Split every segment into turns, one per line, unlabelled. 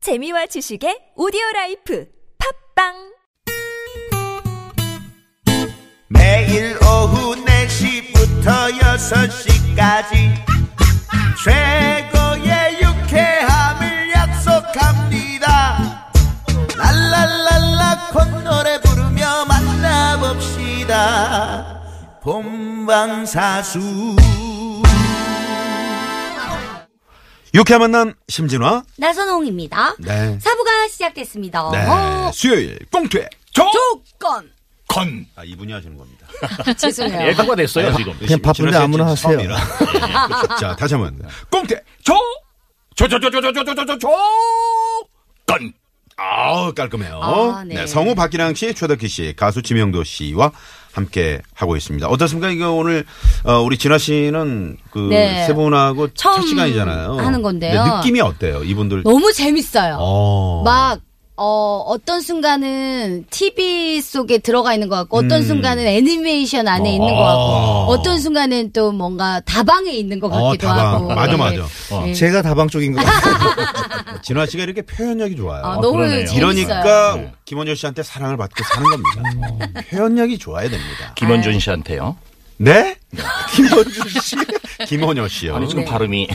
재미와 지식의 오디오 라이프 팝빵
매일 오후 4시부터 6시까지 최고의 유쾌함을 약속합니다 랄랄랄라 콧노래 부르며 만나봅시다 본방사수
유쾌한 만남 심진화.
나선홍입니다.
네.
사부가 시작됐습니다.
네.
어,
수요일 꽁트에 조.
조건.
건. 아,
아 이분이 하시는 겁니다.
죄송해요.
예고가 됐어요, 지금.
그냥 바쁜데 아무나 하세요.
예, 자 다시 한번 꽁트.
조! 조, 조, 조, 조, 조, 조, 조, 조, 조, 조! 건.
아 깔끔해요.
아,
네.
네.
성우 박기량 씨, 최덕희 씨, 가수 지명도 씨와 함께 하고 있습니다. 어떻습니까? 이거 오늘 어, 우리 진화 씨는 그
네.
세 분하고
처음
첫 시간이잖아요.
하는
네,
건데요.
느낌이 어때요? 이분들.
너무 재밌어요.
어.
막, 어, 어떤 순간은 TV 속에 들어가 있는 것 같고,
음.
어떤 순간은 애니메이션
어.
안에 있는 것 같고, 어떤 순간은 또 뭔가 다방에 있는 것
어,
같기도
다방.
하고.
맞아,
네.
맞아.
네.
제가 다방 쪽인 것 같아요.
진화 씨가 이렇게 표현력이 좋아요.
아, 너무
그러네요.
재밌어요.
이러니까 김원효 씨한테 사랑을 받고 사는 겁니다. 어, 표현력이 좋아야 됩니다.
김원준 씨한테요.
네? 김원준 씨? 김원효 씨요.
아니, 지금 발음이.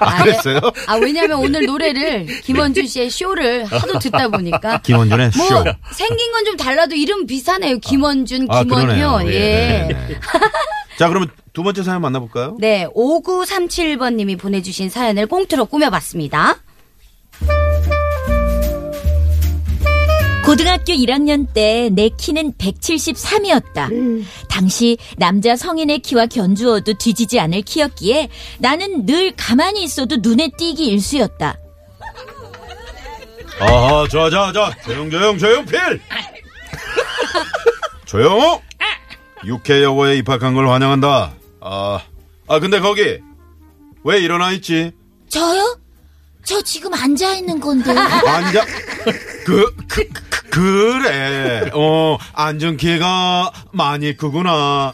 아, 그랬어요? 네.
아, 왜냐면 오늘 노래를 김원준 씨의 쇼를 하도 듣다 보니까.
김원준의
뭐,
쇼.
생긴 건 좀 달라도 이름 비슷하네요. 김원준,
아,
김원효.
그러네요.
예.
네. 자, 그러면 두 번째 사연 만나볼까요?
네, 5937번님이 보내주신 사연을 꽁트로 꾸며봤습니다.
고등학교 1학년 때 내 키는 173이었다. 당시 남자 성인의 키와 견주어도 뒤지지 않을 키였기에 나는 늘 가만히 있어도 눈에 띄기 일수였다.
아, 저, 저, 저. 조용, 조용, 조용, 필! 조용! 육해여고에 입학한 걸 환영한다. 아, 아, 근데 거기, 왜 일어나 있지?
저요? 저 지금 앉아 있는 건데.
앉아. 그, 그, 그, 그래. 어, 앉은 키가 많이 크구나.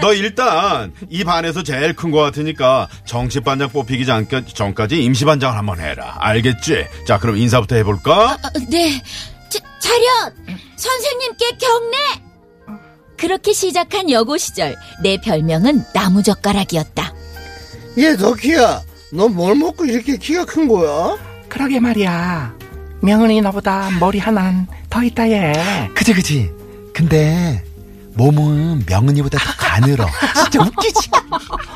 너 일단 이 반에서 제일 큰 거 같으니까 정시반장 뽑히기 전- 전까지 임시반장을 한번 해라. 알겠지? 자, 그럼 인사부터 해볼까?
어, 네. 자, 차렷! 선생님께 경례! 그렇게 시작한 여고 시절 내 별명은 나무젓가락이었다.
얘, 덕희야. 예, 너 뭘 먹고 이렇게 키가 큰 거야? 어,
그러게 말이야. 명은이 너보다 머리 하나는 더 있다 얘.
그치 그치 근데 몸은 명은이보다 더 가늘어 진짜 웃기지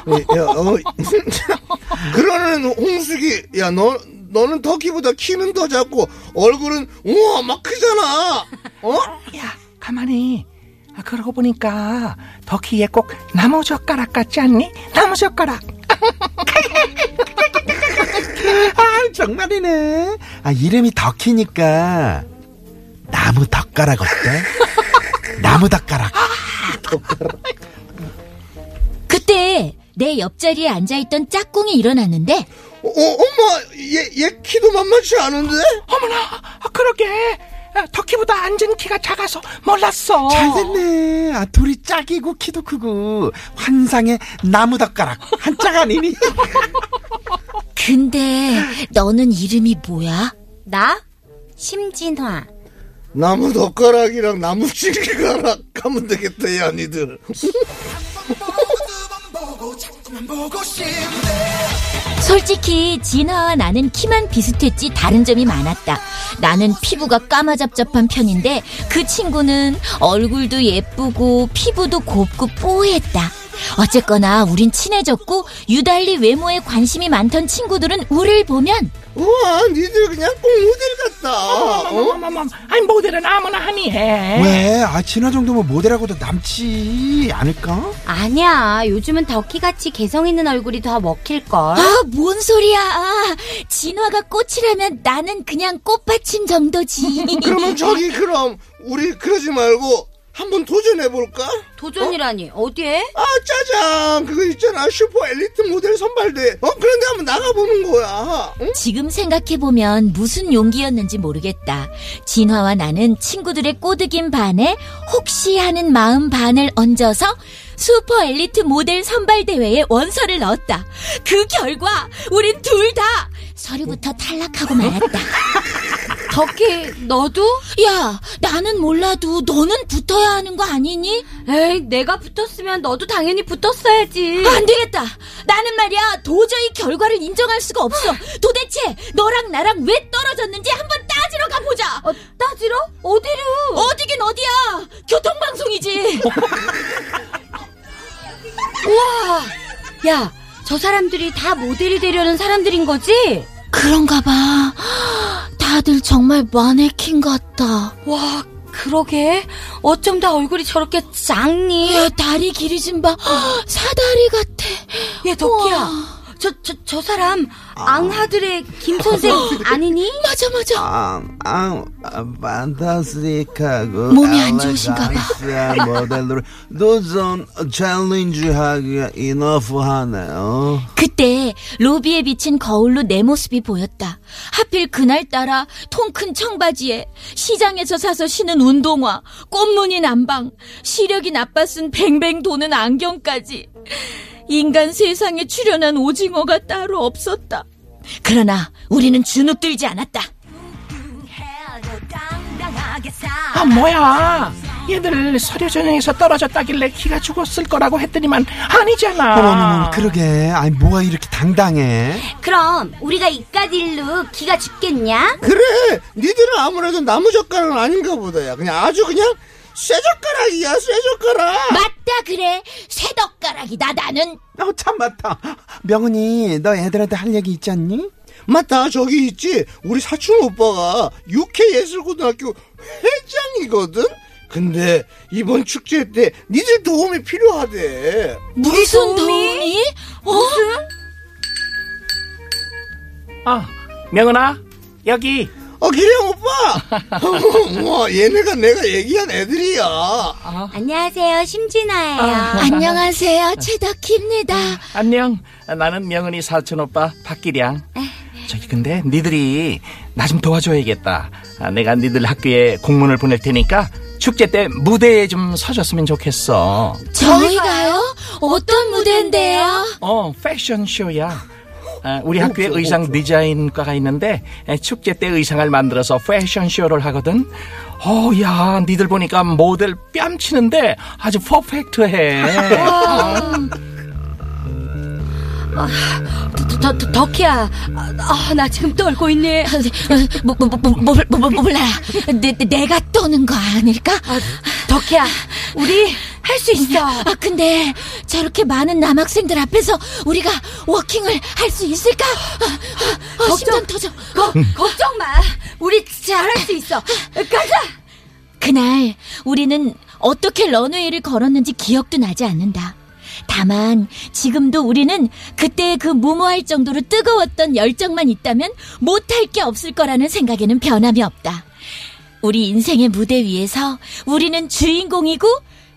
예, 야, 어, 그러는 홍숙이, 야, 너, 너는 덕희보다 키는 더 작고, 얼굴은, 우와, 막 크잖아! 어?
야 가만히. 아, 그러고 보니까 덕희 얘 꼭 나무 젓가락 같지 않니? 나무 젓가락.
아 정말이네 아 이름이 덕희니까 나무 덕가락 어때? 나무 덕가락
그때 내 옆자리에 앉아있던 짝꿍이 일어났는데
어, 엄마, 얘, 얘 키도 만만치 않은데?
어머나. 아, 그러게. 아, 덕희보다 앉은 키가 작아서 몰랐어.
잘됐네 아 둘이 짝이고 키도 크고 환상의 나무 덕가락 한짝 아니니?
근데 너는 이름이 뭐야?
나? 심진화.
나무 덕가락이랑 나무 찌개가락 하면 되겠다, 야, 니들.
솔직히 진아와 나는 키만 비슷했지 다른 점이 많았다. 나는 피부가 까마잡잡한 편인데 그 친구는 얼굴도 예쁘고 피부도 곱고 뽀했다. 어쨌거나 우린 친해졌고 유달리 외모에 관심이 많던 친구들은 우릴 보면
우와, 니들 그냥 꽁무들 같다. 어?
어머머머. 아니 모델은 아무나 하니 해.
왜? 아 진화 정도면 모델하고도 남지 않을까?
아니야, 요즘은 덕희같이 개성 있는 얼굴이 더 먹힐걸.
아 뭔 소리야? 진화가 꽃이라면 나는 그냥 꽃받침 정도지.
그러면 저기 그럼 우리 그러지 말고 한번 도전해 볼까?
도전이라니, 어? 디에
아 짜잔 그거 있잖아 슈퍼 엘리트 모델 선발대 어 그런데 한번 나가보는 거야 어? 응?
지금 생각해보면 무슨 용기였는지 모르겠다. 진화와 나는 친구들의 꼬드김 반에 혹시 하는 마음 반을 얹어서 슈퍼 엘리트 모델 선발대회에 원서를 넣었다. 그 결과, 우린 둘 다 서류부터 탈락하고 말았다.
덕희 너도?
야, 나는 몰라도 너는 붙어야 하는 거 아니니?
에이 내가 붙었으면 너도 당연히 붙었어야지.
아, 안 되겠다. 나는 말이야 도저히 결과를 인정할 수가 없어. 도대체 너랑 나랑 왜 떨어졌는지 한번 따지러 가보자.
어, 따지러? 어디로?
어디긴 어디야? 교통방송이지.
우와! 야, 저 사람들이 다 모델이 되려는 사람들인 거지?
그런가 봐. 다들 정말 마네킹 같다.
와, 그러게. 어쩜 다 얼굴이 저렇게 작니?
야, 다리 길이 좀 봐. 사다리 같아.
얘 덕기야.
우와.
저, 저, 저 사람, 앙하들의 김선생 아니니?
맞아, 맞아.
앙앙 판타스틱하고
몸이 안 좋으신가 봐.
엘레강스한 모델로 도전 챌린지하기가 이너프하네요
그때 로비에 비친 거울로 내 모습이 보였다. 하필 그날따라 통 큰 청바지에 시장에서 사서 신은 운동화, 꽃무늬 남방, 시력이 나빠 쓴 뱅뱅 도는 안경까지 인간 세상에 출현한 오징어가 따로 없었다. 그러나 우리는 주눅들지 않았다.
아 뭐야 얘들 서류전형에서 떨어졌다길래 키가 죽었을 거라고 했더니만 아니잖아
어머머머 그러게 아니 뭐가 이렇게 당당해
그럼 우리가 이까지 일로 기가 죽겠냐?
그래 니들은 아무래도 나무젓가락은 아닌가 보다 야 그냥 아주 그냥 쇠젓가락이야 쇠젓가락
맞다 그래 새덕가락이다 나는
어, 참 맞다 명은이 너 애들한테 할 얘기 있지 않니?
맞다 저기 있지 우리 사촌 오빠가 육해예술고등학교 회장이거든 근데 이번 축제 때 니들 도움이 필요하대
무슨 도움이? 어?
아 명은아 여기
어 기령 오빠 와 얘네가 내가 얘기한 애들이야 아,
안녕하세요, 심진아예요.
안녕하세요 최덕희입니다.
안녕 나는 명은이 사촌 오빠 박기량 저기 근데 니들이 나 좀 도와줘야겠다 아, 내가 니들 학교에 공문을 보낼 테니까 축제 때 무대에 좀 서줬으면 좋겠어
저희가요? 어떤 무대인데요?
어, 패션쇼야. 아, 우리 학교에 의상 디자인과가 있는데 에, 축제 때 의상을 만들어서 패션쇼를 하거든. 어, 야, 니들 보니까 모델 뺨치는데 아주 퍼펙트해.
더, 더, 덕희야. 아, 아, 나 지금 떨고 있니?
뭐, 뭐, 뭐, 뭐, 뭐, 뭐, 뭐, 몰라. 내, 내- 내가 떠는 거 아닐까?
덕희야, 우리 할 수 있어.
아, 근데 저렇게 많은 남학생들 앞에서 우리가 워킹을 할 수 있을까? 아, 아, 아, 심장 터져.
거, 걱정 마. 우리 잘할 수 있어. 가자!
그날 우리는 어떻게 런웨이를 걸었는지 기억도 나지 않는다. 다만 지금도 우리는 그때의 그 무모할 정도로 뜨거웠던 열정만 있다면 못할 게 없을 거라는 생각에는 변함이 없다. 우리 인생의 무대 위에서 우리는 주인공이고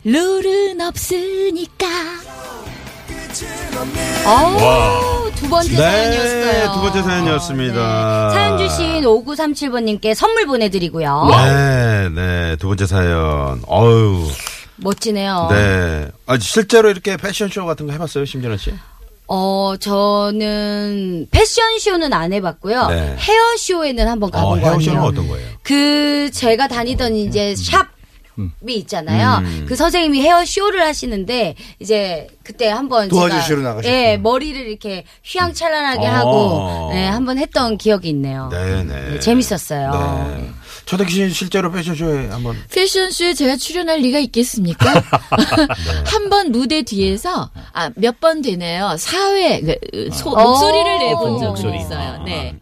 룰은 없으니까.
아우, 아. 두 번째
네,
사연이었어요. 네.
두 번째 사연이었습니다.
사연 주신 5937번님께 선물
어?
보내드리고요.
네, 네, 두 번째 사연. 어유
멋지네요.
네. 아, 실제로 이렇게 패션쇼 같은 거 해봤어요, 심진아 씨?
어, 저는 패션쇼는 안 해봤고요.
네.
헤어쇼에는 한번
어,
가본 거
헤어쇼는
같아요.
어떤 거예요?
그, 제가 다니던 이제 샵, 이 있잖아요. 그 선생님이 헤어 쇼를 하시는데 이제 그때 한번
도와주시러
제가,
나가셨구나.
예, 머리를 이렇게 휘황찬란하게
어.
하고 예, 한번 했던 기억이 있네요.
네, 네.
예, 재밌었어요.
네. 저도 귀신 실제로 패션쇼에 한번
패션쇼에 제가 출연할 리가
네.
있겠습니까? 한 번 무대 뒤에서 아, 몇 번 되네요. 사회 그, 소- 목소리를 내본 적은
어. 목소리. 아,
있어요. 네.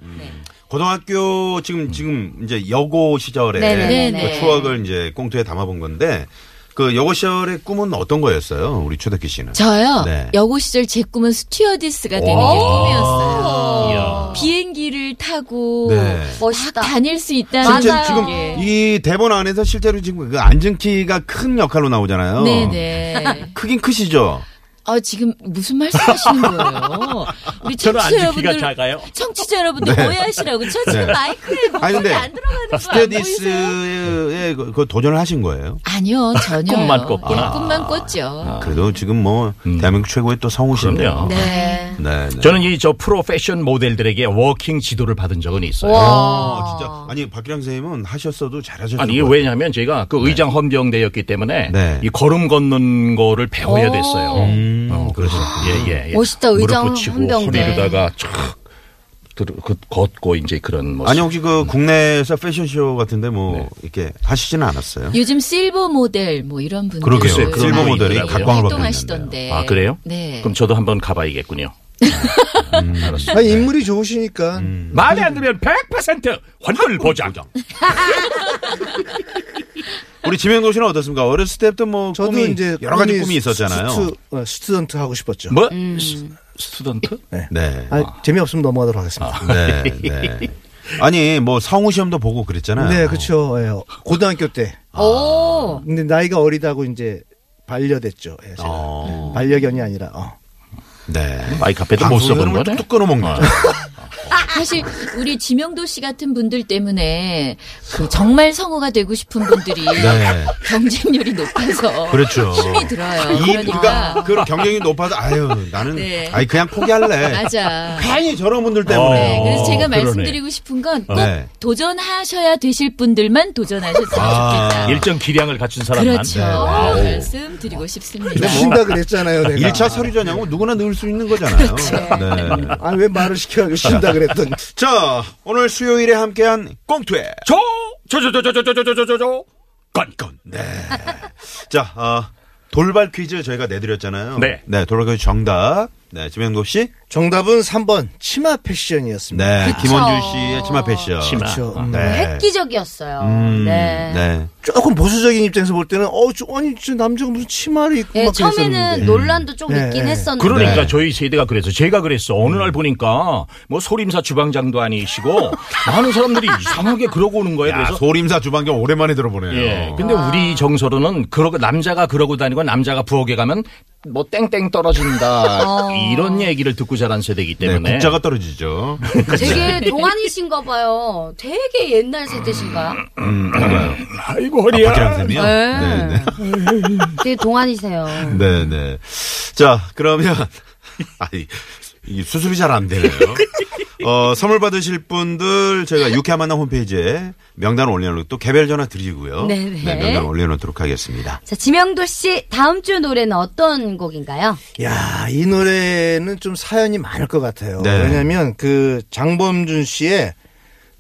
고등학교 지금 지금 이제 여고 시절에
네네네.
그 추억을 이제 꽁트에 담아본 건데 그 여고 시절의 꿈은 어떤 거였어요, 우리 초대기 씨는?
저요.
네.
여고 시절 제 꿈은 스튜어디스가 되는 게
오.
꿈이었어요. 비행기를 타고
네.
어,
멋있다.
다닐 수 있다는
실제
맞아요.
지금
게.
이 대본 안에서 실제로 지금 그 안증키가 큰 역할로 나오잖아요.
네네.
크긴 크시죠.
아 지금 무슨 말씀하시는 거예요? 우리 청취자 여러분들,
어,
청취자 여러분들 오해하시라고 저
네.
지금 마이크에
아니, 근데
뭐가 안 들어가는 거안 보이세요?
스튜디스에 그, 그 도전을 하신 거예요.
아니요 전혀
꿈만
어, 예.
꿨구나.
꿈만 꿨죠.
그래도 지금 뭐 대한민국 최고의 또 성우신데요.
그럼요.
네.
네, 네.
저는 이 저 프로 패션 모델들에게 워킹 지도를 받은 적은 있어요.
어, 진짜 아니 박기량 선생님은 하셨어도 잘하셨죠.
아니 이게 왜냐하면 제가 그 의장 헌병대였기 때문에
네.
이 걸음 걷는 거를 배워야 됐어요. 어, 그래서 예예 예.
멋있다, 의장
무릎 붙이고
헌병대.
허리로다가 촥 들어- 그- 걷고 이제 그런 모습.
아니 혹시 그 국내에서 패션쇼 같은데 뭐
네.
이렇게 하시지는 않았어요?
요즘 실버 모델 뭐 이런 분들
그러게요. 글쎄요,
그런
많이
분이 모델이
활동-
각광을 받고
활동하시던데.
아 그래요?
네.
그럼 저도 한번 가봐야겠군요. 알았어.
네.
아, 인물이 좋으시니까.
마음에 안 들면 100% 환불 보장.
예.
우리 지명도 씨는 어떻습니까? 어렸을 때부터 뭐
저도
꿈이
이제
여러 가지
꿈이
꿈이 있었잖아요.
스튜, 어, 스튜던트 하고 싶었죠.
뭐 스- 스튜던트?
네.
아, 재미없으면 넘어가도록 하겠습니다.
네. 네. 아니 뭐 성우 시험도 보고 그랬잖아요.
네, 그렇죠. 예, 고등학교 때.
아.
오.
근데 나이가 어리다고 이제 반려됐죠. 예, 제가.
어.
반려견이 아니라. 어.
네.
마이 카페도 못 써본
흐름을
거네. 아.
뚝뚝 끊어먹네. 아.
사실 우리 지명도 씨 같은 분들 때문에 그 정말 성우가 되고 싶은 분들이
네.
경쟁률이 높아서
그렇죠.
힘이 들어요.
이 그러니까
그러니까
그 경쟁이 높아서 아유 나는
네.
아니 그냥 포기할래.
맞아.
괜히 저런 분들 때문에.
네, 그래서 제가
어, 그러네.
말씀드리고 싶은 건 꼭
네.
도전하셔야 되실 분들만 도전하셨으면
아.
좋겠다.
일정 네. 기량을 갖춘 사람만.
그렇죠.
와우.
말씀 드리고 싶습니다.
뭐
주신다 그랬잖아요,
그러니까
내가.
1차 서류 전형은 누구나 넣을 수 있는 거잖아요.
그렇죠.
네.
아, 왜 말을 시켜가지고
아.
쉰다 그랬더니.
자, 오늘 수요일에 함께한 꽁투에
저저저저저저저저저저 건건.
자, 아, 돌발 퀴즈 저희가 내드렸잖아요.
네.
돌발 퀴즈 정답. 네, 지명도 씨.
정답은 3번 치마 패션이었습니다.
네,
그렇죠.
김원준 씨의 치마 패션.
치마.
그렇죠.
아.
네.
획기적이었어요.
음,
네.
네.
조금 보수적인 입장에서 볼 때는 어, 저, 아니 저 남자가 무슨 치마를 입고
예,
막
처음에는
그랬었는데.
논란도 좀
네,
있긴
네.
했었는데.
그러니까
네.
저희 세대가 그래서 제가 그랬어. 어느 날 보니까 뭐 소림사 주방장도 아니시고 많은 사람들이 이상하게 그러고 오는 거예요.
야,
그래서
소림사 주방경 오랜만에 들어보네요.
예. 근데 우리 정서로는 그러고 남자가 그러고 다니고 남자가 부엌에 가면 뭐 땡땡 떨어진다 이런 얘기를 듣고 자란 세대이기
네,
때문에
국자가 떨어지죠.
되게 동안이신가 봐요. 되게 옛날 세대신가?
아이고
아,
허리야.
박기량 쌤이요?
네.
네,
되게 동안이세요.
네, 네. 자, 그러면 아니 이 수습이 잘 안 되네요. 어, 선물 받으실 분들 저희가 유쾌한 만남 홈페이지에 명단 올려놓고 또 개별 전화 드리고요.
네네.
명단 올려놓도록 하겠습니다.
자, 지명도 씨 다음 주 노래는 어떤 곡인가요?
야, 이 노래는 좀 사연이 많을 것 같아요.
네.
왜냐면 그 장범준 씨의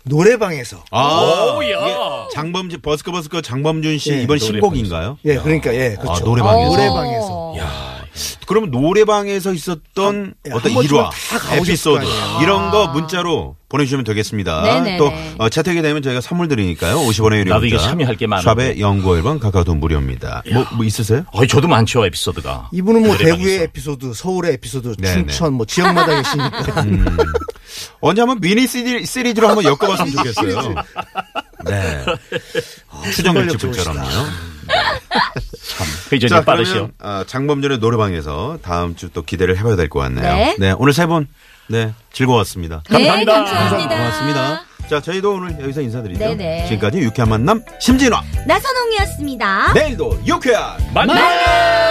노래방에서
아,
오야.
이게 장범준 버스커 버스커 장범준 씨
예,
이번 신곡인가요? 아,
예, 그러니까 예,
아,
그렇죠.
어, 노래방에서.
노래방에서.
그러면 노래방에서 있었던
예,
어떤
한
일화,
번쯤은 다 가보셨을
에피소드
거 아니에요.
이런 거 문자로 보내주시면 되겠습니다.
네네네.
또 어, 채택이 되면 저희가 선물 드리니까요. 50원의 유료
나도 이게
문자,
참여할 게 많은데.
샵의 연구 1번 카카오톡 무료입니다. 뭐, 뭐 있으세요?
어이, 저도 많죠 에피소드가.
이분은 뭐
노래방에서.
대구의 에피소드, 서울의 에피소드,
네,
춘천 뭐 지역마다 계시니까.
언제 한번 미니 시리, 시리즈로 한번 엮어봤으면 좋겠어요. 네.
아,
추정
순발력
멸치분처럼요.
회전이 빠르시오.
그러면 아, 장범준의 노래방에서 다음 주 또 기대를 해봐야 될 것 같네요.
네.
오늘 세 분, 네, 즐거웠습니다.
감사합니다. 감사합니다.
고맙습니다. 자, 저희도 오늘 여기서 인사드리죠.
네네.
지금까지 유쾌한 만남 심진화.
나선홍이었습니다.
내일도 유쾌한
만나.